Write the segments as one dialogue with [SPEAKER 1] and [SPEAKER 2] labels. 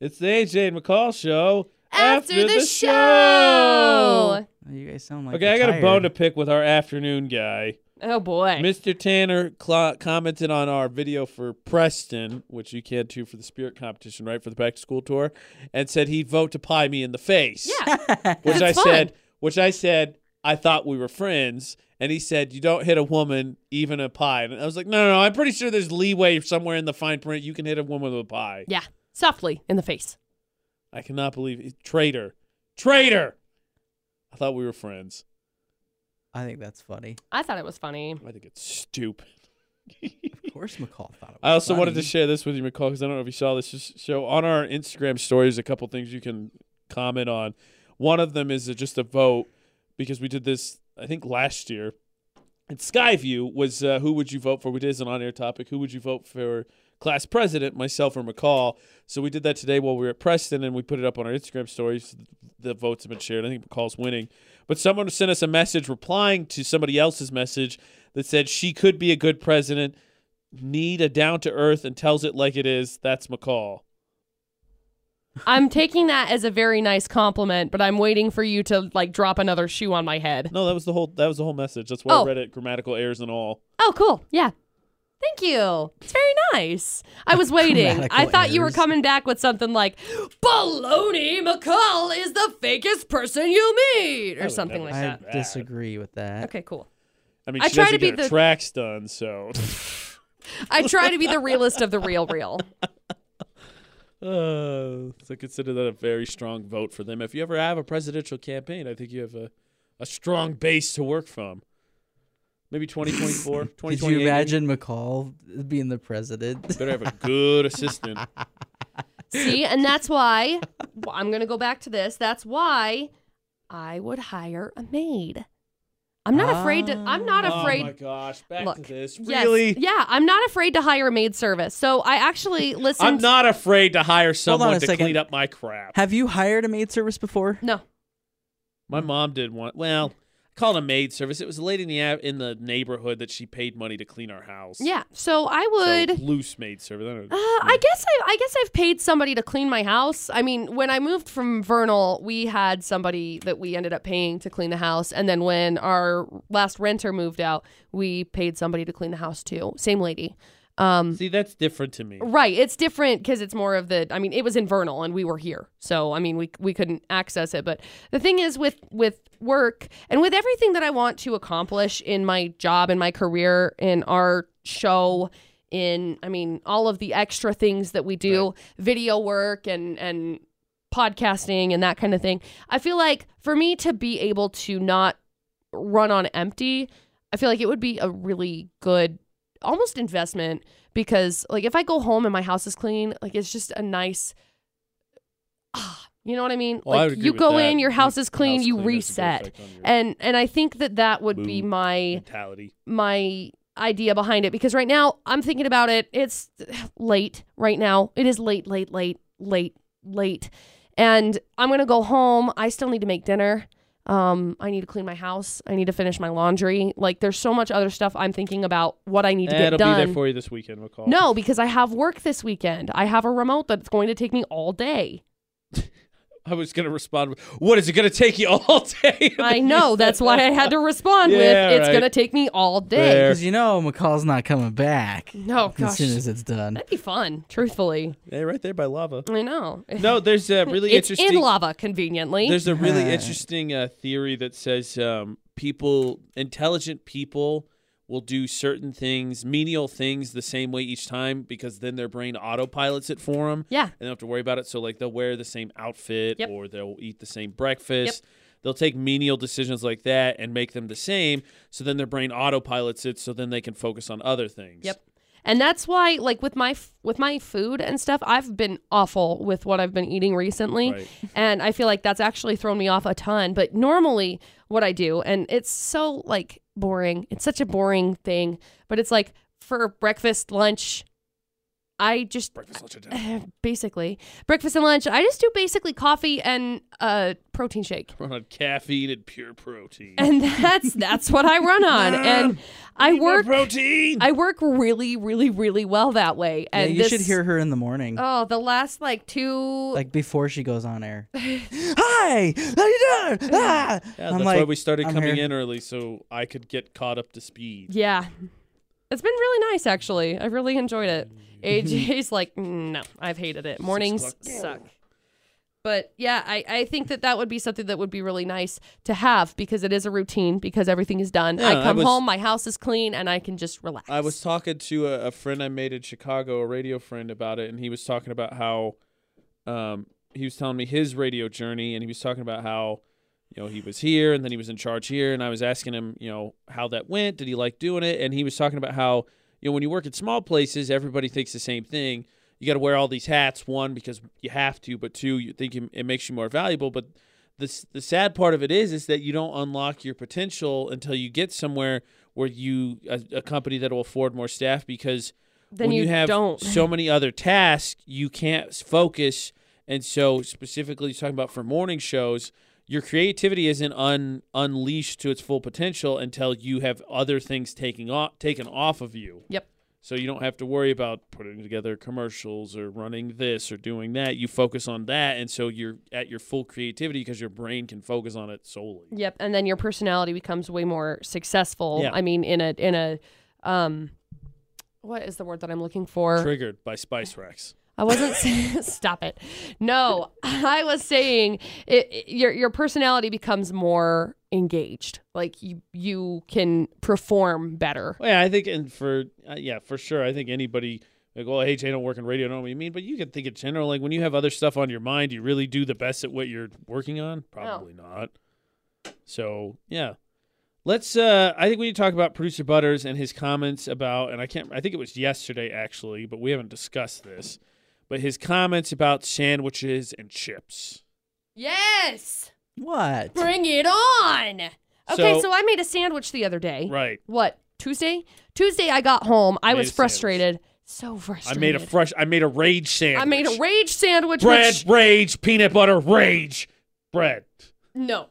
[SPEAKER 1] It's the AJ and McCall show
[SPEAKER 2] After, the, show.
[SPEAKER 3] Oh, You guys sound like
[SPEAKER 1] Okay,
[SPEAKER 3] you're
[SPEAKER 1] I got a
[SPEAKER 3] tired.
[SPEAKER 1] bone to pick with our afternoon guy.
[SPEAKER 2] Oh boy.
[SPEAKER 1] Mr. Tanner cl- commented on our video for Preston, which you can too for the spirit competition, right? For the back to school tour, and said he'd vote to pie me in the face.
[SPEAKER 2] yeah.
[SPEAKER 1] Which
[SPEAKER 2] That's
[SPEAKER 1] I
[SPEAKER 2] fun.
[SPEAKER 1] said, which I said, I thought we were friends. And he said, You don't hit a woman, even a pie. And I was like, No, no, no. I'm pretty sure there's leeway somewhere in the fine print. You can hit a woman with a pie.
[SPEAKER 2] Yeah. Softly in the face.
[SPEAKER 1] I cannot believe it. Traitor. Traitor. I thought we were friends.
[SPEAKER 3] I think that's funny.
[SPEAKER 2] I thought it was funny.
[SPEAKER 1] I think it's stupid.
[SPEAKER 3] Of course, McCall thought it was
[SPEAKER 1] I also wanted to
[SPEAKER 3] funny.
[SPEAKER 1] share this with you, McCall, because I don't know if you saw this sh- show on our Instagram stories. A couple things you can comment on. One of them is a- just a vote because we did this, I think, last year. And Skyview was uh, who would you vote for? We did as an on-air topic. Who would you vote for? Class president, myself or McCall. So we did that today while we were at Preston, and we put it up on our Instagram stories. The votes have been shared. I think McCall's winning, but someone sent us a message replying to somebody else's message that said she could be a good president need a down to earth and tells it like it is, that's McCall.
[SPEAKER 2] I'm taking that as a very nice compliment, but I'm waiting for you to like drop another shoe on my head.
[SPEAKER 1] No, that was the whole that was the whole message. That's why
[SPEAKER 2] Oh.
[SPEAKER 1] I read it grammatical errors and all.
[SPEAKER 2] Oh, cool. Yeah. Thank you. It's very nice. I was waiting. I
[SPEAKER 3] Grammatical
[SPEAKER 2] thought you were
[SPEAKER 3] errors.
[SPEAKER 2] coming back with something like, Baloney McCall is the fakest person you meet,
[SPEAKER 1] I
[SPEAKER 2] or
[SPEAKER 1] would
[SPEAKER 2] something
[SPEAKER 1] never
[SPEAKER 2] like
[SPEAKER 1] say
[SPEAKER 2] that.
[SPEAKER 1] Bad.
[SPEAKER 3] I disagree with that.
[SPEAKER 2] Okay, cool.
[SPEAKER 1] I mean,
[SPEAKER 2] I
[SPEAKER 1] she
[SPEAKER 2] try
[SPEAKER 1] doesn't
[SPEAKER 2] to be
[SPEAKER 1] get her
[SPEAKER 2] the-
[SPEAKER 1] tracks done, so
[SPEAKER 2] I try to be the realest of the real, real.
[SPEAKER 1] uh, so consider that a very strong vote for them. If you ever have a presidential campaign, I think you have a, a strong base to work from. Maybe 2024,
[SPEAKER 3] Could
[SPEAKER 1] 2028.
[SPEAKER 3] you imagine McCall being the president?
[SPEAKER 1] Better have a good assistant.
[SPEAKER 2] See, and that's why well, I'm going to go back to this. That's why I would hire a maid. I'm not afraid to. I'm not
[SPEAKER 1] oh
[SPEAKER 2] afraid.
[SPEAKER 1] my gosh, back
[SPEAKER 2] Look,
[SPEAKER 1] to this.
[SPEAKER 2] Yes.
[SPEAKER 1] Really?
[SPEAKER 2] Yeah, I'm not afraid to hire a maid service. So I actually listened.
[SPEAKER 1] I'm not afraid to hire someone
[SPEAKER 3] a
[SPEAKER 1] to
[SPEAKER 3] second.
[SPEAKER 1] clean up my crap.
[SPEAKER 3] Have you hired a maid service before?
[SPEAKER 2] No,
[SPEAKER 1] My mom did one. Well, I called a maid service. It was a lady in the a- in the neighborhood that she paid money to clean our house.
[SPEAKER 2] yeah. So I
[SPEAKER 1] So,
[SPEAKER 2] would.
[SPEAKER 1] loose maid service. I don't
[SPEAKER 2] Uh,
[SPEAKER 1] know.
[SPEAKER 2] I guess I, I guess I've paid somebody to clean my house. I mean, when I moved from Vernal, we had somebody that we ended up paying to clean the house, and then when our last renter moved out, we paid somebody to clean the house too. Same lady. Um,
[SPEAKER 1] See, that's different to me.
[SPEAKER 2] right. It's different because it's more of the. I mean, it was in Vernal, and we were here, so I mean, we we couldn't access it. But the thing is, with with work and with everything that I want to accomplish in my job, in my career, in our show in I mean all of the extra things that we do, video work and and podcasting and that kind of thing. I feel like for me to be able to not run on empty, I feel like it would be a really good almost investment because like if I go home and my house is clean, like it's just a nice ah, you know what I mean?
[SPEAKER 1] Well, I
[SPEAKER 2] like
[SPEAKER 1] would agree
[SPEAKER 2] you
[SPEAKER 1] with
[SPEAKER 2] go
[SPEAKER 1] that.
[SPEAKER 2] in, your house is clean,
[SPEAKER 1] House
[SPEAKER 2] you
[SPEAKER 1] clean has a good
[SPEAKER 2] reset.
[SPEAKER 1] effect on your
[SPEAKER 2] And and I think that that would be
[SPEAKER 1] Mood.
[SPEAKER 2] my
[SPEAKER 1] mentality.
[SPEAKER 2] my idea behind it because right now I'm thinking about it. It's late right now. It is late, late, late, late, late. And I'm going to go home. I still need to make dinner. Um, I need to clean my house. I need to finish my laundry. Like, there's so much other stuff I'm thinking about what I need to
[SPEAKER 1] That'll
[SPEAKER 2] get
[SPEAKER 1] Eh,
[SPEAKER 2] done.
[SPEAKER 1] be there for you this weekend, McCall.
[SPEAKER 2] no, because I have work this weekend. I have a remote that's going to take me all day.
[SPEAKER 1] I was gonna respond with, "What is it gonna take you all day?"
[SPEAKER 2] I know. That's why I had to respond
[SPEAKER 1] Yeah,
[SPEAKER 2] with, it's
[SPEAKER 1] right.
[SPEAKER 2] going to take me all day.
[SPEAKER 1] Fair.
[SPEAKER 3] Because you know McCall's not coming back
[SPEAKER 2] No,
[SPEAKER 3] as
[SPEAKER 2] Mm-hmm. gosh.
[SPEAKER 3] soon as it's done.
[SPEAKER 2] That'd be fun, truthfully.
[SPEAKER 1] Yeah, right there by lava.
[SPEAKER 2] I know.
[SPEAKER 1] No, there's a really
[SPEAKER 2] it's
[SPEAKER 1] interesting.
[SPEAKER 2] in lava conveniently
[SPEAKER 1] There's a really
[SPEAKER 3] Right.
[SPEAKER 1] interesting uh, theory that says um, people, intelligent people, will do certain things, menial things, the same way each time because then their brain autopilots it for them.
[SPEAKER 2] Yeah.
[SPEAKER 1] And they don't have to worry about it. So, like, they'll wear the same outfit
[SPEAKER 2] Yep.
[SPEAKER 1] or they'll eat the same breakfast. They'll take menial decisions like that and make them the same. So then their brain autopilots it. So then they can focus on other things.
[SPEAKER 2] yep and that's why like with my f- with my food and stuff i've been awful with what i've been eating recently
[SPEAKER 1] Right.
[SPEAKER 2] and i feel like that's actually thrown me off a ton but normally what i do and it's so like boring it's such a boring thing but it's like for breakfast lunch I just
[SPEAKER 1] Breakfast, lunch, and dinner.
[SPEAKER 2] basically breakfast and lunch. I just do basically coffee and a protein shake.
[SPEAKER 1] Run on caffeine and pure protein.
[SPEAKER 2] And that's that's what I run on. And I
[SPEAKER 1] More
[SPEAKER 2] work
[SPEAKER 1] protein.
[SPEAKER 2] I work really really really well that way.
[SPEAKER 3] Yeah,
[SPEAKER 2] And
[SPEAKER 3] you
[SPEAKER 2] this-
[SPEAKER 3] should hear her in the morning,
[SPEAKER 2] Oh, the last like two
[SPEAKER 3] like before she goes on air. Hi, how you doing? Ah.
[SPEAKER 1] yeah,
[SPEAKER 3] I'm
[SPEAKER 1] that's why
[SPEAKER 3] like,
[SPEAKER 1] we started
[SPEAKER 3] I'm
[SPEAKER 1] coming
[SPEAKER 3] here.
[SPEAKER 1] in early so I could get caught up to speed.
[SPEAKER 2] Yeah. It's been really nice, actually. I really enjoyed it. AJ's like, "Mm, no, I've hated it. Mornings
[SPEAKER 1] o'clock.
[SPEAKER 2] suck. But yeah, I, I think that that would be something that would be really nice to have because it is a routine, because everything is done. I
[SPEAKER 1] Yeah, I
[SPEAKER 2] come
[SPEAKER 1] was-
[SPEAKER 2] home, my house is clean, and I can just relax.
[SPEAKER 1] I was talking to a, a friend I made in Chicago, a radio friend, about it, and he was talking about how um, he was telling me his radio journey, and he was talking about how you know he was here and then he was in charge here, and I was asking him you know how that went, did he like doing it, and he was talking about how you know when you work at small places, everybody thinks the same thing. You got to wear all these hats, one because you have to, but two, you think it it makes you more valuable, but the s- the sad part of it is is that you don't unlock your potential until you get somewhere where you a, a company that will afford more staff because
[SPEAKER 2] Then
[SPEAKER 1] when you,
[SPEAKER 2] you
[SPEAKER 1] have
[SPEAKER 2] don't.
[SPEAKER 1] so many other tasks you can't s- focus and so specifically talking about for morning shows your creativity isn't un, unleashed to its full potential until you have other things taking off taken off of you
[SPEAKER 2] Yep.
[SPEAKER 1] so you don't have to worry about putting together commercials or running this or doing that. You focus on that, and so you're at your full creativity because your brain can focus on it solely.
[SPEAKER 2] Yep, and then your personality becomes way more successful.
[SPEAKER 1] Yeah.
[SPEAKER 2] I mean, in a in a um what is the word that I'm looking for?
[SPEAKER 1] Triggered by spice racks.
[SPEAKER 2] I wasn't. saying stop it. No, I was saying it, it- your your personality becomes more engaged. Like you you can perform better.
[SPEAKER 1] Well, yeah, I think, and for uh, yeah, for sure, I think anybody like, well, hey, Jay, I don't work in radio, I don't know what you mean, but you can think in general, like when you have other stuff on your mind, do you really do the best at what you're working on? Probably not. So yeah, let's. uh I think we need to talk about producer Butters and his comments about, and I can't. I think it was yesterday actually, but we haven't discussed this. But his comments about sandwiches and chips.
[SPEAKER 2] Yes,
[SPEAKER 3] What?
[SPEAKER 2] bring it on. Okay, so,
[SPEAKER 1] So-
[SPEAKER 2] I made a sandwich the other day.
[SPEAKER 1] Right.
[SPEAKER 2] What Tuesday? Tuesday I got home. I
[SPEAKER 1] Made a
[SPEAKER 2] was
[SPEAKER 1] sandwich.
[SPEAKER 2] frustrated. So
[SPEAKER 1] I
[SPEAKER 2] frustrated.
[SPEAKER 1] made a fresh. I made a rage sandwich.
[SPEAKER 2] I made a rage sandwich.
[SPEAKER 1] bread
[SPEAKER 2] Which,
[SPEAKER 1] rage peanut butter rage bread.
[SPEAKER 2] no.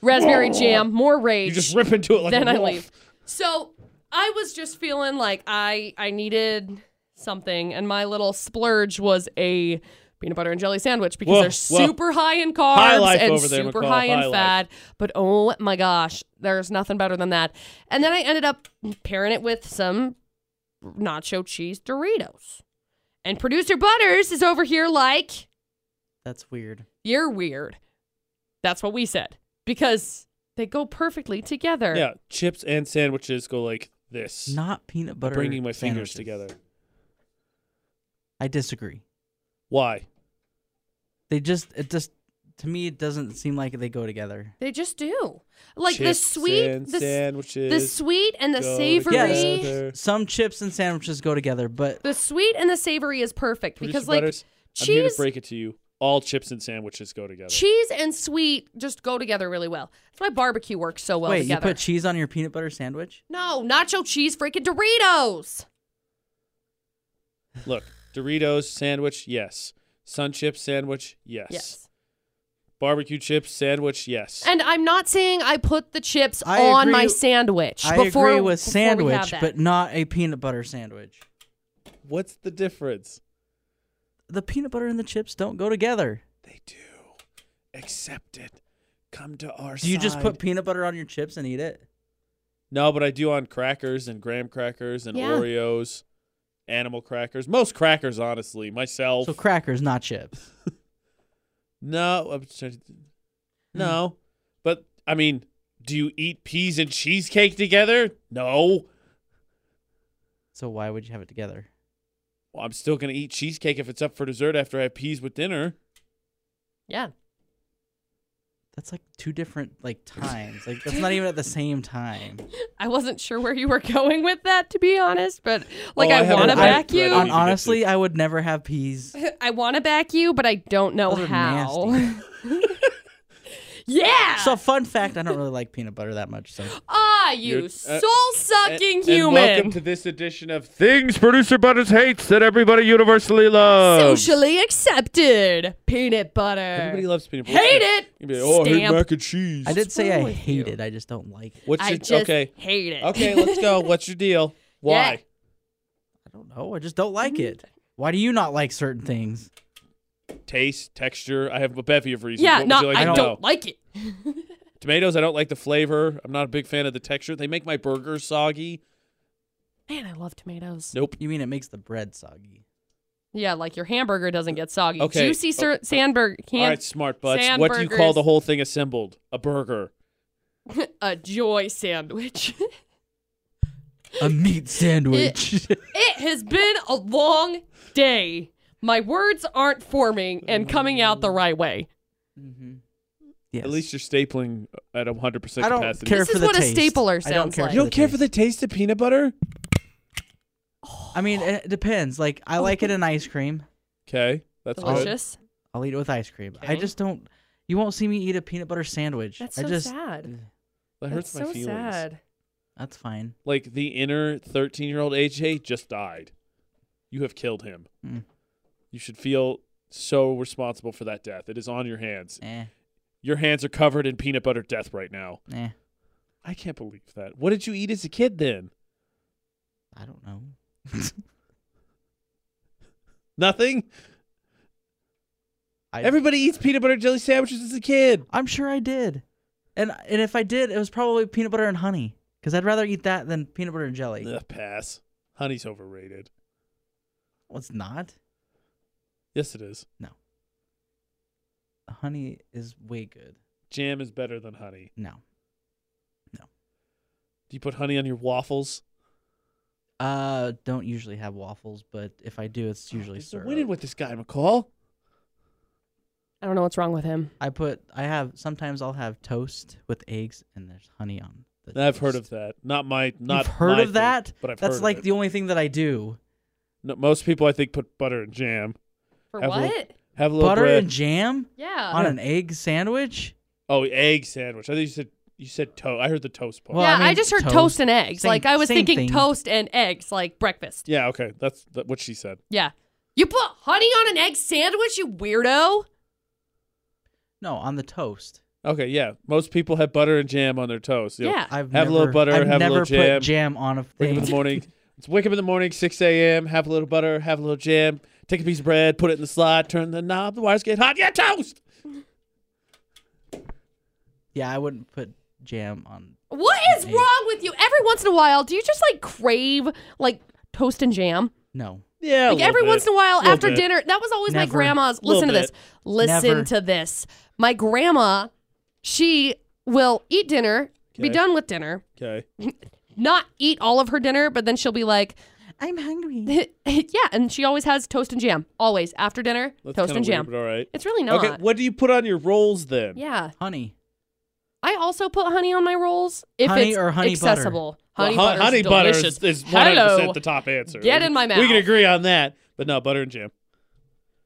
[SPEAKER 2] Raspberry jam. More rage.
[SPEAKER 1] You just rip into it like
[SPEAKER 2] then
[SPEAKER 1] a
[SPEAKER 2] I
[SPEAKER 1] wolf.
[SPEAKER 2] leave. So I was just feeling like I I needed something, and my little splurge was a peanut butter and jelly sandwich because
[SPEAKER 1] Whoa, whoa.
[SPEAKER 2] they're super high in carbs
[SPEAKER 1] High life
[SPEAKER 2] and
[SPEAKER 1] over there,
[SPEAKER 2] super
[SPEAKER 1] McCall,
[SPEAKER 2] high in
[SPEAKER 1] high life.
[SPEAKER 2] fat. But oh my gosh, there's nothing better than that. And then I ended up pairing it with some nacho cheese Doritos. And producer Butters is over here like
[SPEAKER 3] That's weird.
[SPEAKER 2] you're weird. That's what we said because they go perfectly together.
[SPEAKER 1] Yeah, chips and sandwiches go like this.
[SPEAKER 3] Not peanut butter.
[SPEAKER 1] bringing my fingers
[SPEAKER 3] sandwiches.
[SPEAKER 1] together.
[SPEAKER 3] I disagree.
[SPEAKER 1] Why?
[SPEAKER 3] They just it just to me it doesn't seem like they go together.
[SPEAKER 2] They just do. Like the
[SPEAKER 1] Chips
[SPEAKER 2] sweet,
[SPEAKER 1] and
[SPEAKER 2] the, s-
[SPEAKER 1] sandwiches.
[SPEAKER 2] the sweet and the
[SPEAKER 1] go
[SPEAKER 2] savory.
[SPEAKER 1] together.
[SPEAKER 3] Some chips and sandwiches go together, but
[SPEAKER 2] The sweet and the savory is perfect
[SPEAKER 1] Producer
[SPEAKER 2] because like
[SPEAKER 1] Butters, I'm here to
[SPEAKER 2] cheese,
[SPEAKER 1] break it to you. All chips and sandwiches go together.
[SPEAKER 2] cheese and sweet just go together really well. That's why barbecue works so well
[SPEAKER 3] wait,
[SPEAKER 2] together.
[SPEAKER 3] you put cheese on your peanut butter sandwich?
[SPEAKER 2] no, nacho cheese, freaking Doritos.
[SPEAKER 1] Look, Doritos sandwich, yes. Sun chip sandwich, yes.
[SPEAKER 2] Yes.
[SPEAKER 1] Barbecue chips sandwich, yes.
[SPEAKER 2] And I'm not saying I put the chips
[SPEAKER 3] I
[SPEAKER 2] on
[SPEAKER 3] agree-
[SPEAKER 2] my sandwich
[SPEAKER 3] I
[SPEAKER 2] before
[SPEAKER 3] agree with
[SPEAKER 2] before we have
[SPEAKER 3] sandwich,
[SPEAKER 2] that.
[SPEAKER 3] but not a peanut butter sandwich.
[SPEAKER 1] What's the difference?
[SPEAKER 3] The peanut butter and the chips don't go together.
[SPEAKER 1] They do. Accept it. Come to our
[SPEAKER 3] Do you just put peanut butter on your chips and eat it?
[SPEAKER 1] No, but I do on crackers and graham crackers and
[SPEAKER 2] Yeah.
[SPEAKER 1] Oreos, animal crackers. Most crackers, honestly. Myself.
[SPEAKER 3] So crackers, not chips.
[SPEAKER 1] no, I'm sorry.
[SPEAKER 3] Hmm.
[SPEAKER 1] no. But I mean, do you eat peas and cheesecake together? No.
[SPEAKER 3] So why would you have it together?
[SPEAKER 1] Well, I'm still gonna eat cheesecake if it's up for dessert after I have peas with dinner.
[SPEAKER 2] yeah,
[SPEAKER 3] That's like two different like times. Like that's not even at the same time.
[SPEAKER 2] I wasn't sure where you were going with that to be honest, but like
[SPEAKER 1] Oh, I
[SPEAKER 2] I,
[SPEAKER 1] haven't
[SPEAKER 2] want to
[SPEAKER 3] read-
[SPEAKER 2] back you.
[SPEAKER 1] read
[SPEAKER 3] On
[SPEAKER 1] to get
[SPEAKER 3] honestly, I would never have peas.
[SPEAKER 2] I want to back you, but I don't know
[SPEAKER 3] Those are
[SPEAKER 2] how. Yeah.
[SPEAKER 3] So fun fact, I don't really like peanut butter that much. So
[SPEAKER 2] ah, you
[SPEAKER 1] You're- uh,
[SPEAKER 2] soul sucking
[SPEAKER 1] And-
[SPEAKER 2] human.
[SPEAKER 1] And welcome to this edition of Things Producer Butters Hates That Everybody Universally Loves.
[SPEAKER 2] Socially accepted peanut butter.
[SPEAKER 1] Everybody loves peanut butter.
[SPEAKER 2] Hate it.
[SPEAKER 1] You'd be like, oh, I hate
[SPEAKER 2] Stamp.
[SPEAKER 1] mac and cheese.
[SPEAKER 3] I did say
[SPEAKER 2] wrong
[SPEAKER 3] I
[SPEAKER 2] with
[SPEAKER 3] hate
[SPEAKER 2] you?
[SPEAKER 3] it. I just don't like it.
[SPEAKER 1] What's
[SPEAKER 2] I
[SPEAKER 1] your,
[SPEAKER 2] just
[SPEAKER 1] okay?
[SPEAKER 2] hate it.
[SPEAKER 1] Okay, let's go. What's your deal? Why?
[SPEAKER 3] I don't know. I just don't like it. Mm. Why do you not like certain things?
[SPEAKER 1] Taste, texture. I have a bevy of reasons.
[SPEAKER 2] yeah,
[SPEAKER 1] what
[SPEAKER 2] no,
[SPEAKER 1] would you like
[SPEAKER 2] I
[SPEAKER 1] to
[SPEAKER 2] don't
[SPEAKER 1] know?
[SPEAKER 2] like it.
[SPEAKER 1] Tomatoes, I don't like the flavor. I'm not a big fan of the texture. They make my burgers soggy.
[SPEAKER 2] Man, I love tomatoes.
[SPEAKER 1] Nope.
[SPEAKER 3] You mean it makes the bread soggy?
[SPEAKER 2] Yeah, like your hamburger doesn't get soggy.
[SPEAKER 1] Okay. Oh.
[SPEAKER 2] Juicy sir- sandburg
[SPEAKER 1] All
[SPEAKER 2] can
[SPEAKER 1] right, smart butts. What do you call
[SPEAKER 2] Sandburgers.
[SPEAKER 1] the whole thing assembled? A burger.
[SPEAKER 2] a joy sandwich.
[SPEAKER 3] A meat sandwich.
[SPEAKER 2] it has been a long day. My words aren't forming and coming out the right way.
[SPEAKER 3] mm-hmm. Yes.
[SPEAKER 1] At least you're stapling at 100% capacity.
[SPEAKER 3] I don't care
[SPEAKER 2] This
[SPEAKER 3] for
[SPEAKER 2] is
[SPEAKER 3] the
[SPEAKER 2] what a
[SPEAKER 3] taste.
[SPEAKER 2] stapler
[SPEAKER 3] I don't
[SPEAKER 2] sounds
[SPEAKER 3] care
[SPEAKER 2] like.
[SPEAKER 1] You don't care for
[SPEAKER 3] taste.
[SPEAKER 1] the taste of peanut butter?
[SPEAKER 3] I mean, it depends. Like
[SPEAKER 2] Oh.
[SPEAKER 3] I like it in ice cream.
[SPEAKER 1] Okay, that's good.
[SPEAKER 2] Delicious.
[SPEAKER 3] I'll eat it with ice cream. I
[SPEAKER 2] Okay.
[SPEAKER 3] just don't. You won't see me eat a peanut butter sandwich.
[SPEAKER 2] That's
[SPEAKER 3] I
[SPEAKER 2] so
[SPEAKER 3] just,
[SPEAKER 2] sad.
[SPEAKER 1] That
[SPEAKER 2] That's
[SPEAKER 1] hurts my
[SPEAKER 2] so
[SPEAKER 1] feelings.
[SPEAKER 2] sad.
[SPEAKER 3] That's fine.
[SPEAKER 1] Like the inner 13 year old AJ just died. You have killed him.
[SPEAKER 3] Mm.
[SPEAKER 1] You should feel so responsible for that death. It is on your hands.
[SPEAKER 3] Eh,
[SPEAKER 1] Your hands are covered in peanut butter death right now.
[SPEAKER 3] eh.
[SPEAKER 1] I can't believe that. What did you eat as a kid then?
[SPEAKER 3] I don't know.
[SPEAKER 1] Nothing?
[SPEAKER 3] I,
[SPEAKER 1] Everybody eats peanut butter jelly sandwiches as a kid.
[SPEAKER 3] I'm sure I did. And and if I did, it was probably peanut butter and honey. Because I'd rather eat that than peanut butter and jelly.
[SPEAKER 1] Ugh, pass. Honey's overrated.
[SPEAKER 3] Well, it's not.
[SPEAKER 1] Yes, it is.
[SPEAKER 3] Honey is way good.
[SPEAKER 1] Jam is better than honey.
[SPEAKER 3] No.
[SPEAKER 1] Do you put honey on your waffles?
[SPEAKER 3] Uh, don't usually have waffles, but if I do, it's usually
[SPEAKER 1] You're
[SPEAKER 3] syrup.
[SPEAKER 1] winning with this guy, McCall.
[SPEAKER 2] I don't know what's wrong with him.
[SPEAKER 3] I put. I have. Sometimes I'll have toast with eggs, and there's honey on. The
[SPEAKER 1] I've heard
[SPEAKER 3] toast.
[SPEAKER 1] of that. Not my. Not
[SPEAKER 3] You've heard
[SPEAKER 1] my
[SPEAKER 3] of
[SPEAKER 1] thing,
[SPEAKER 3] that?
[SPEAKER 1] but I've
[SPEAKER 3] That's
[SPEAKER 1] heard
[SPEAKER 3] like
[SPEAKER 1] of it.
[SPEAKER 3] the only thing that I do.
[SPEAKER 1] No, most people, I think, put butter and jam.
[SPEAKER 2] For
[SPEAKER 1] Have a-
[SPEAKER 2] what?
[SPEAKER 1] Have a little
[SPEAKER 3] Butter
[SPEAKER 1] bread.
[SPEAKER 3] and jam
[SPEAKER 2] yeah.
[SPEAKER 3] on an egg sandwich.
[SPEAKER 1] oh, egg sandwich. I think you said you said toast. I heard the toast part.
[SPEAKER 3] Well,
[SPEAKER 2] yeah,
[SPEAKER 3] I
[SPEAKER 2] I,
[SPEAKER 3] mean,
[SPEAKER 2] just heard
[SPEAKER 3] toast.
[SPEAKER 2] toast, and eggs.
[SPEAKER 3] Same-
[SPEAKER 2] like I was
[SPEAKER 3] same
[SPEAKER 2] thinking
[SPEAKER 3] thing.
[SPEAKER 2] toast and eggs, like breakfast.
[SPEAKER 1] yeah, okay, that's th- what she said.
[SPEAKER 2] Yeah. You put honey on an egg sandwich, you weirdo.
[SPEAKER 3] No, on the toast.
[SPEAKER 1] Okay, yeah. Most people have butter and jam on their toast. You know,
[SPEAKER 2] Yeah.
[SPEAKER 1] Have a
[SPEAKER 3] I've never,
[SPEAKER 1] little butter,
[SPEAKER 3] I've
[SPEAKER 1] have a
[SPEAKER 3] never
[SPEAKER 1] little jam.
[SPEAKER 3] put jam on
[SPEAKER 1] Wake
[SPEAKER 3] a
[SPEAKER 1] up in
[SPEAKER 3] thing.
[SPEAKER 1] the morning. It's wake up in the morning, six a.m. Have a little butter, have a little jam. Take a piece of bread, put it in the slot, turn the knob. The wires get hot. Yeah, toast.
[SPEAKER 3] Yeah, I wouldn't put jam on.
[SPEAKER 2] What is
[SPEAKER 3] Hey.
[SPEAKER 2] wrong with you? Every once in a while, do you just like crave like toast and jam?
[SPEAKER 3] No,
[SPEAKER 1] Yeah, a
[SPEAKER 2] Like
[SPEAKER 1] little
[SPEAKER 2] every
[SPEAKER 1] bit.
[SPEAKER 2] once in a while
[SPEAKER 1] Little
[SPEAKER 2] after
[SPEAKER 1] bit.
[SPEAKER 2] dinner. That was always my
[SPEAKER 3] Never.
[SPEAKER 2] grandma's.
[SPEAKER 1] Little
[SPEAKER 2] Listen to this.
[SPEAKER 1] bit.
[SPEAKER 2] Listen
[SPEAKER 3] Never.
[SPEAKER 2] to this. My grandma, she will eat dinner, be
[SPEAKER 1] Okay.
[SPEAKER 2] done with dinner,
[SPEAKER 1] Okay.
[SPEAKER 2] not eat all of her dinner, but then she'll be like,
[SPEAKER 3] I'm hungry.
[SPEAKER 2] yeah, and she always has toast and jam. Always after dinner,
[SPEAKER 1] That's
[SPEAKER 2] toast
[SPEAKER 1] kinda
[SPEAKER 2] and jam.
[SPEAKER 1] Weird, but all right.
[SPEAKER 2] It's really not.
[SPEAKER 1] Okay, what do you put on your rolls then?
[SPEAKER 2] Yeah,
[SPEAKER 3] Honey,
[SPEAKER 2] I also put honey on my rolls if
[SPEAKER 3] Honey
[SPEAKER 2] it's
[SPEAKER 3] or honey butter?
[SPEAKER 2] accessible. Honey,
[SPEAKER 1] Well,
[SPEAKER 2] butter's
[SPEAKER 1] hu- honey butter
[SPEAKER 2] delicious.
[SPEAKER 1] is, is 100%
[SPEAKER 2] Hello.
[SPEAKER 1] the top answer.
[SPEAKER 2] Get in my
[SPEAKER 1] We
[SPEAKER 2] mouth.
[SPEAKER 1] can agree on that, but no, butter and jam.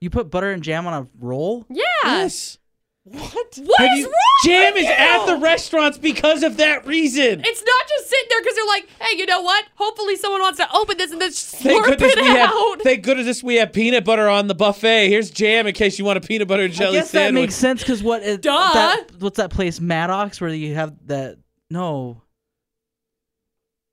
[SPEAKER 3] you put butter and jam on a roll?
[SPEAKER 2] yeah.
[SPEAKER 1] Yes. What?
[SPEAKER 2] What
[SPEAKER 1] Have
[SPEAKER 2] is
[SPEAKER 1] you-
[SPEAKER 2] wrong
[SPEAKER 1] Jam
[SPEAKER 2] with
[SPEAKER 1] is at
[SPEAKER 2] you?
[SPEAKER 1] the restaurants because of that reason.
[SPEAKER 2] It's not just sitting there because they're like, hey, you know what? Hopefully someone wants to open this and then
[SPEAKER 1] Thank
[SPEAKER 2] slurp
[SPEAKER 1] goodness,
[SPEAKER 2] it
[SPEAKER 1] we have,
[SPEAKER 2] out.
[SPEAKER 1] thank goodness we have peanut butter on the buffet. Here's jam in case you want a peanut butter and jelly
[SPEAKER 3] I guess that
[SPEAKER 1] sandwich.
[SPEAKER 3] makes sense because what? It,
[SPEAKER 2] Duh.
[SPEAKER 3] That, what's that place, Maddox, where you have that? No,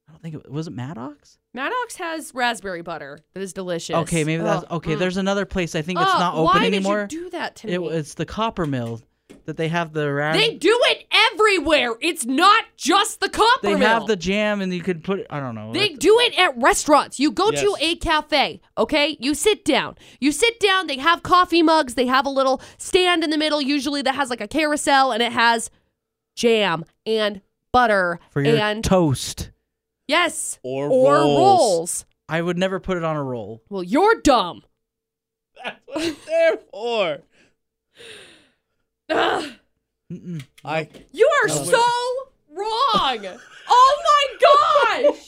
[SPEAKER 3] I don't think it was it Maddox.
[SPEAKER 2] Maddox has raspberry butter that is delicious.
[SPEAKER 3] Okay, maybe that's
[SPEAKER 2] Oh,
[SPEAKER 3] okay.
[SPEAKER 2] mm.
[SPEAKER 3] There's another place I think
[SPEAKER 2] Oh,
[SPEAKER 3] it's not open
[SPEAKER 2] why
[SPEAKER 3] anymore.
[SPEAKER 2] did you do that to
[SPEAKER 3] it,
[SPEAKER 2] me?
[SPEAKER 3] it's the Copper Mill that they have the round.
[SPEAKER 2] they do it everywhere. It's not just the copper
[SPEAKER 3] they
[SPEAKER 2] mill.
[SPEAKER 3] have the jam and you could put it, I don't know.
[SPEAKER 2] They do it at restaurants. You go to
[SPEAKER 1] Yes.
[SPEAKER 2] a cafe, okay? You sit down. You sit down. They have coffee mugs. They have a little stand in the middle, usually, that has like a carousel and it has jam and butter
[SPEAKER 3] for your
[SPEAKER 2] and
[SPEAKER 3] toast.
[SPEAKER 2] yes,
[SPEAKER 1] Or
[SPEAKER 2] rolls.
[SPEAKER 1] rolls.
[SPEAKER 3] I would never put it on a roll.
[SPEAKER 2] Well, you're dumb.
[SPEAKER 1] That's what it's there for.
[SPEAKER 2] Ugh,
[SPEAKER 3] Mm-mm.
[SPEAKER 1] I,
[SPEAKER 2] you are
[SPEAKER 1] No.
[SPEAKER 2] so wrong. oh my gosh.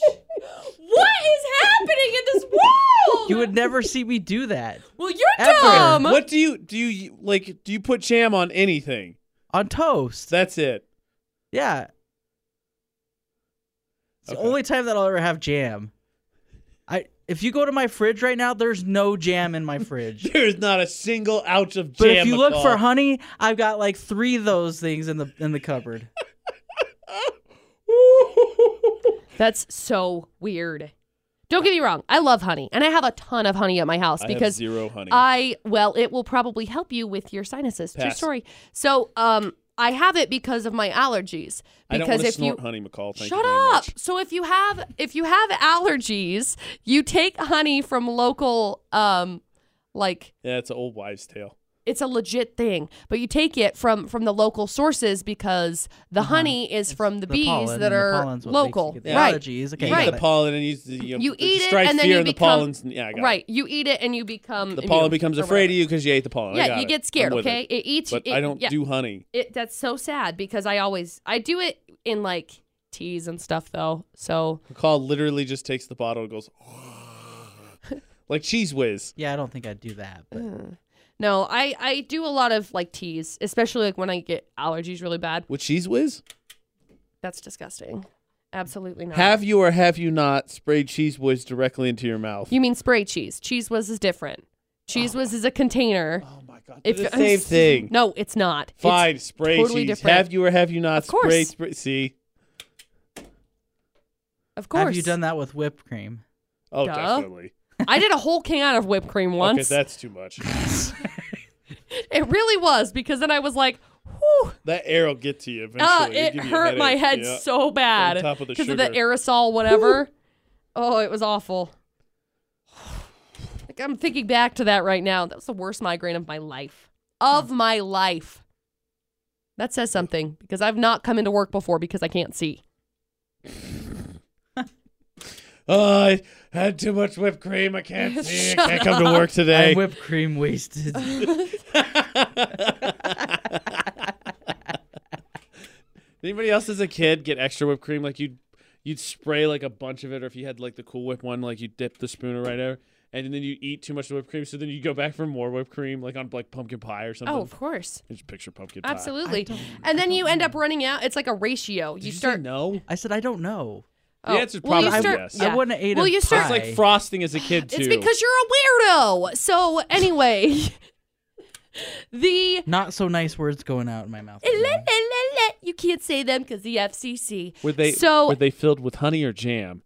[SPEAKER 2] What is happening in this world?
[SPEAKER 3] You would never see me do that.
[SPEAKER 2] well, you're
[SPEAKER 3] Ever.
[SPEAKER 2] dumb.
[SPEAKER 1] what do you do? You like? Do you put jam on anything?
[SPEAKER 3] on toast.
[SPEAKER 1] That's it.
[SPEAKER 3] yeah. It's
[SPEAKER 1] Okay.
[SPEAKER 3] the only time that I'll ever have jam. I if you go to my fridge right now, there's no jam in my fridge.
[SPEAKER 1] There's not a single ounce of jam.
[SPEAKER 3] But if you look
[SPEAKER 1] McCall.
[SPEAKER 3] for honey, I've got like three of those things in the in the cupboard.
[SPEAKER 2] That's so weird. Don't get me wrong. I love honey, and I have a ton of honey at my house
[SPEAKER 1] I have
[SPEAKER 2] because
[SPEAKER 1] zero honey.
[SPEAKER 2] I well, it will probably help you with your sinuses. True
[SPEAKER 1] Pass.
[SPEAKER 2] story. So, um, I have it because of my allergies. Because
[SPEAKER 1] I don't want to
[SPEAKER 2] if
[SPEAKER 1] snort
[SPEAKER 2] you
[SPEAKER 1] honey, McCall. Thank
[SPEAKER 2] shut
[SPEAKER 1] you very
[SPEAKER 2] up,
[SPEAKER 1] much.
[SPEAKER 2] so if you have if you have allergies, you take honey from local, um, like
[SPEAKER 1] Yeah, it's an old wives' tale.
[SPEAKER 2] it's a legit thing, but you take it from from the local sources because the
[SPEAKER 1] Uh-huh.
[SPEAKER 2] honey is from the,
[SPEAKER 3] The
[SPEAKER 2] bees
[SPEAKER 3] pollen,
[SPEAKER 2] that
[SPEAKER 3] and the
[SPEAKER 2] are
[SPEAKER 3] pollen's what makes you
[SPEAKER 2] local,
[SPEAKER 3] get the
[SPEAKER 2] right?
[SPEAKER 3] Allergies.
[SPEAKER 1] You
[SPEAKER 3] Okay,
[SPEAKER 1] eat
[SPEAKER 2] Right.
[SPEAKER 3] got
[SPEAKER 1] the
[SPEAKER 3] it.
[SPEAKER 1] pollen and you, you,
[SPEAKER 2] You eat it
[SPEAKER 1] strike
[SPEAKER 2] and then
[SPEAKER 1] fear
[SPEAKER 2] you
[SPEAKER 1] in the
[SPEAKER 2] become-
[SPEAKER 1] pollens. and- Yeah, I got it.
[SPEAKER 2] Right. You eat it and you become
[SPEAKER 1] The
[SPEAKER 2] immune
[SPEAKER 1] pollen becomes
[SPEAKER 2] or
[SPEAKER 1] afraid
[SPEAKER 2] whatever.
[SPEAKER 1] of you because you ate the pollen. I
[SPEAKER 2] Yeah,
[SPEAKER 1] got
[SPEAKER 2] you
[SPEAKER 1] it.
[SPEAKER 2] get scared.
[SPEAKER 1] I'm with
[SPEAKER 2] Okay,
[SPEAKER 1] It.
[SPEAKER 2] it, eats.
[SPEAKER 1] But
[SPEAKER 2] it-
[SPEAKER 1] I don't
[SPEAKER 2] yeah,
[SPEAKER 1] do honey.
[SPEAKER 2] It that's so sad because I always I do it in like teas and stuff though. So
[SPEAKER 1] McCall literally just takes the bottle and goes, like cheese whiz.
[SPEAKER 3] Yeah, I don't think I'd do that. But
[SPEAKER 2] no, I I do a lot of like teas, especially like when I get allergies really bad.
[SPEAKER 1] With cheese whiz?
[SPEAKER 2] That's disgusting. Absolutely not.
[SPEAKER 1] Have you or have you not sprayed cheese whiz directly into your mouth?
[SPEAKER 2] you mean spray cheese? Cheese was is different. Cheese was is a container.
[SPEAKER 1] oh my god,
[SPEAKER 2] If-
[SPEAKER 1] they're the same thing.
[SPEAKER 2] No, it's not. It's-
[SPEAKER 1] Fine, spray
[SPEAKER 2] totally
[SPEAKER 1] cheese.
[SPEAKER 2] different.
[SPEAKER 1] Have you or have you not
[SPEAKER 2] Of course.
[SPEAKER 1] sprayed? Spray, see,
[SPEAKER 2] of course.
[SPEAKER 3] have you done that with whipped cream?
[SPEAKER 1] oh
[SPEAKER 2] Duh.
[SPEAKER 1] definitely.
[SPEAKER 2] I did a whole can out of whipped cream once.
[SPEAKER 1] Okay, that's too much.
[SPEAKER 2] It really was because then I was like, whew.
[SPEAKER 1] that air will get to you eventually.
[SPEAKER 2] Uh,
[SPEAKER 1] It'll
[SPEAKER 2] it
[SPEAKER 1] give you a
[SPEAKER 2] hurt my
[SPEAKER 1] headache.
[SPEAKER 2] head
[SPEAKER 1] Yeah.
[SPEAKER 2] so bad
[SPEAKER 1] On top of the
[SPEAKER 2] because of the
[SPEAKER 1] sugar.
[SPEAKER 2] aerosol, whatever. Oh, it was awful. Like I'm thinking back to that right now. That was the worst migraine of my life. Of my life. That says something because I've not come into work before because I can't see.
[SPEAKER 1] Oh, I had too much whipped cream. I can't see. I
[SPEAKER 2] Shut
[SPEAKER 1] can't come to work today.
[SPEAKER 3] I'm whipped cream wasted.
[SPEAKER 1] Anybody else as a kid get extra whipped cream? Like you'd you'd spray like a bunch of it, or if you had like the Cool Whip one, like you dip the spoon or whatever, and then you eat too much whipped cream, so then you go back for more whipped cream, like on like pumpkin pie or something.
[SPEAKER 2] Oh, of course.
[SPEAKER 1] I just picture pumpkin pie.
[SPEAKER 2] Absolutely. And then you end up running out. It's like a ratio.
[SPEAKER 1] Did
[SPEAKER 2] You
[SPEAKER 1] you
[SPEAKER 2] start.
[SPEAKER 1] say no?
[SPEAKER 3] I said I don't know.
[SPEAKER 1] The
[SPEAKER 2] oh,
[SPEAKER 1] answer's
[SPEAKER 2] well, you
[SPEAKER 1] probably
[SPEAKER 2] start-
[SPEAKER 1] yes.
[SPEAKER 2] yeah.
[SPEAKER 3] I wouldn't have ate
[SPEAKER 2] Well,
[SPEAKER 3] a
[SPEAKER 2] you start-
[SPEAKER 1] It's
[SPEAKER 3] pie.
[SPEAKER 1] like frosting as a kid too.
[SPEAKER 2] It's because you're a weirdo. So anyway, the
[SPEAKER 3] Not so nice words going out in my mouth.
[SPEAKER 2] la,
[SPEAKER 3] right
[SPEAKER 2] la,
[SPEAKER 3] now.
[SPEAKER 2] la, la, you can't say them because the FCC.
[SPEAKER 1] were they
[SPEAKER 2] so
[SPEAKER 1] were they filled with honey or jam?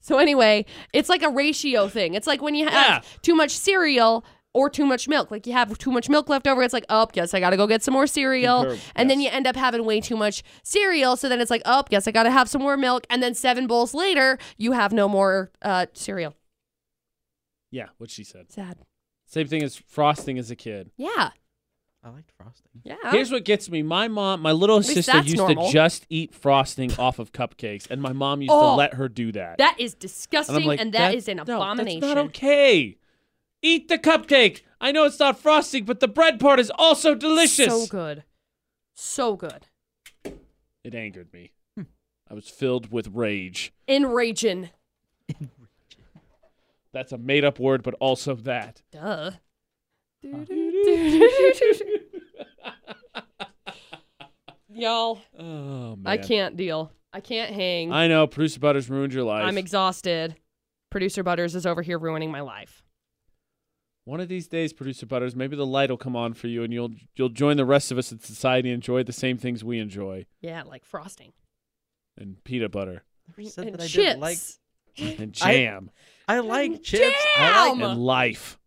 [SPEAKER 2] so anyway, it's like a ratio thing. It's like when you have
[SPEAKER 1] Yeah.
[SPEAKER 2] too much cereal or too much milk. Like you have too much milk left over. It's like, oh, guess I gotta go get some more cereal.
[SPEAKER 1] Concur,
[SPEAKER 2] and then you
[SPEAKER 1] yes.
[SPEAKER 2] end up having way too much cereal. So then it's like, oh, guess I gotta have some more milk. And then seven bowls later, you have no more uh, cereal.
[SPEAKER 1] Yeah, what she said.
[SPEAKER 2] Sad.
[SPEAKER 1] Same thing as frosting as a kid.
[SPEAKER 2] Yeah.
[SPEAKER 3] I liked frosting.
[SPEAKER 2] Yeah.
[SPEAKER 1] Here's what gets me. My mom, my little
[SPEAKER 2] least
[SPEAKER 1] sister
[SPEAKER 2] that's
[SPEAKER 1] used
[SPEAKER 2] normal.
[SPEAKER 1] to just eat frosting off of cupcakes, and my mom used
[SPEAKER 2] Oh.
[SPEAKER 1] to let her do that.
[SPEAKER 2] That is
[SPEAKER 1] and I'm
[SPEAKER 2] disgusting,
[SPEAKER 1] like,
[SPEAKER 2] and that is an
[SPEAKER 1] no,
[SPEAKER 2] abomination.
[SPEAKER 1] that's not okay. Eat the cupcake. I know it's not frosting, but the bread part is also delicious.
[SPEAKER 2] So good, so good.
[SPEAKER 1] It angered me.
[SPEAKER 2] Hmm.
[SPEAKER 1] I was filled with rage.
[SPEAKER 2] Enraging.
[SPEAKER 1] That's a made up word, but also that.
[SPEAKER 2] Duh. Y'all,
[SPEAKER 1] Oh, man.
[SPEAKER 2] I can't deal. I can't hang.
[SPEAKER 1] I know. Producer Butters ruined your life.
[SPEAKER 2] I'm exhausted. Producer Butters is over here ruining my life.
[SPEAKER 1] One of these days, producer Butters, maybe the light will come on for you, and you'll you'll join the rest of us in society and enjoy the same things we enjoy,
[SPEAKER 2] Yeah, like frosting
[SPEAKER 1] and peanut butter,
[SPEAKER 3] Never said
[SPEAKER 2] and
[SPEAKER 3] that I
[SPEAKER 2] chips.
[SPEAKER 3] didn't like.
[SPEAKER 1] and
[SPEAKER 3] I-
[SPEAKER 1] jam,
[SPEAKER 3] I like
[SPEAKER 1] Mm,
[SPEAKER 3] chips. I like
[SPEAKER 2] Jam!
[SPEAKER 1] and life.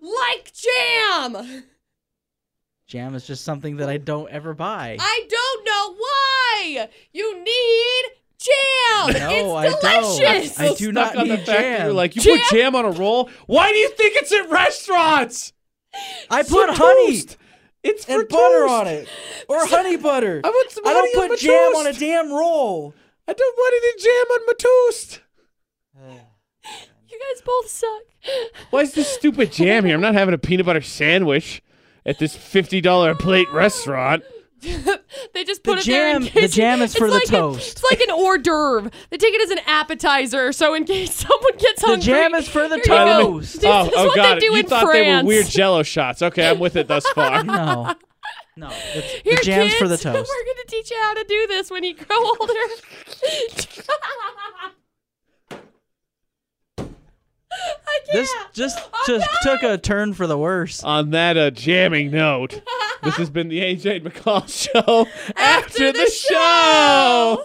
[SPEAKER 2] like jam.
[SPEAKER 3] jam is just something that I don't ever buy.
[SPEAKER 2] I don't know why you need jam.
[SPEAKER 3] No,
[SPEAKER 2] it's
[SPEAKER 3] I don't.
[SPEAKER 2] delicious.
[SPEAKER 3] I do not
[SPEAKER 1] Stuck on the
[SPEAKER 3] need
[SPEAKER 1] fact that You're
[SPEAKER 3] jam.
[SPEAKER 1] like you put
[SPEAKER 2] Jam?
[SPEAKER 1] jam on a roll. Why do you think it's at restaurants?
[SPEAKER 3] I
[SPEAKER 1] It's for
[SPEAKER 3] put honey
[SPEAKER 1] toast. It's for
[SPEAKER 3] and butter
[SPEAKER 1] toast.
[SPEAKER 3] on it, or honey butter.
[SPEAKER 1] I want some
[SPEAKER 3] I
[SPEAKER 1] honey on
[SPEAKER 3] don't put
[SPEAKER 1] my
[SPEAKER 3] jam
[SPEAKER 1] toast.
[SPEAKER 3] on a damn roll.
[SPEAKER 1] I don't want any jam on my toast.
[SPEAKER 2] You guys both suck.
[SPEAKER 1] Why is this stupid jam here? I'm not having a peanut butter sandwich at this fifty dollar a plate restaurant.
[SPEAKER 2] they just
[SPEAKER 3] The
[SPEAKER 2] put it there. In
[SPEAKER 3] jam-
[SPEAKER 2] case
[SPEAKER 3] the jam is
[SPEAKER 2] it's
[SPEAKER 3] for the
[SPEAKER 2] like a-
[SPEAKER 3] toast.
[SPEAKER 2] it's like an hors d'oeuvre. They take it as an appetizer, so in case someone gets
[SPEAKER 3] The
[SPEAKER 2] hungry.
[SPEAKER 3] jam is for the
[SPEAKER 2] here you go.
[SPEAKER 3] toast.
[SPEAKER 2] This
[SPEAKER 1] oh,
[SPEAKER 2] is
[SPEAKER 1] oh
[SPEAKER 2] what
[SPEAKER 1] God!
[SPEAKER 2] they do
[SPEAKER 1] you
[SPEAKER 2] in
[SPEAKER 1] thought they were
[SPEAKER 2] France.
[SPEAKER 1] weird Jello shots. Okay, I'm with it thus far.
[SPEAKER 3] No, no, it's,
[SPEAKER 2] Here,
[SPEAKER 3] the jam's
[SPEAKER 2] kids,
[SPEAKER 3] for the toast.
[SPEAKER 2] We're going to teach you how to do this when you grow older. I can't.
[SPEAKER 3] This just
[SPEAKER 1] Oh,
[SPEAKER 3] just took a turn for the worse.
[SPEAKER 1] On that uh, jamming note, this has been the AJ McCall Show. After, the, show.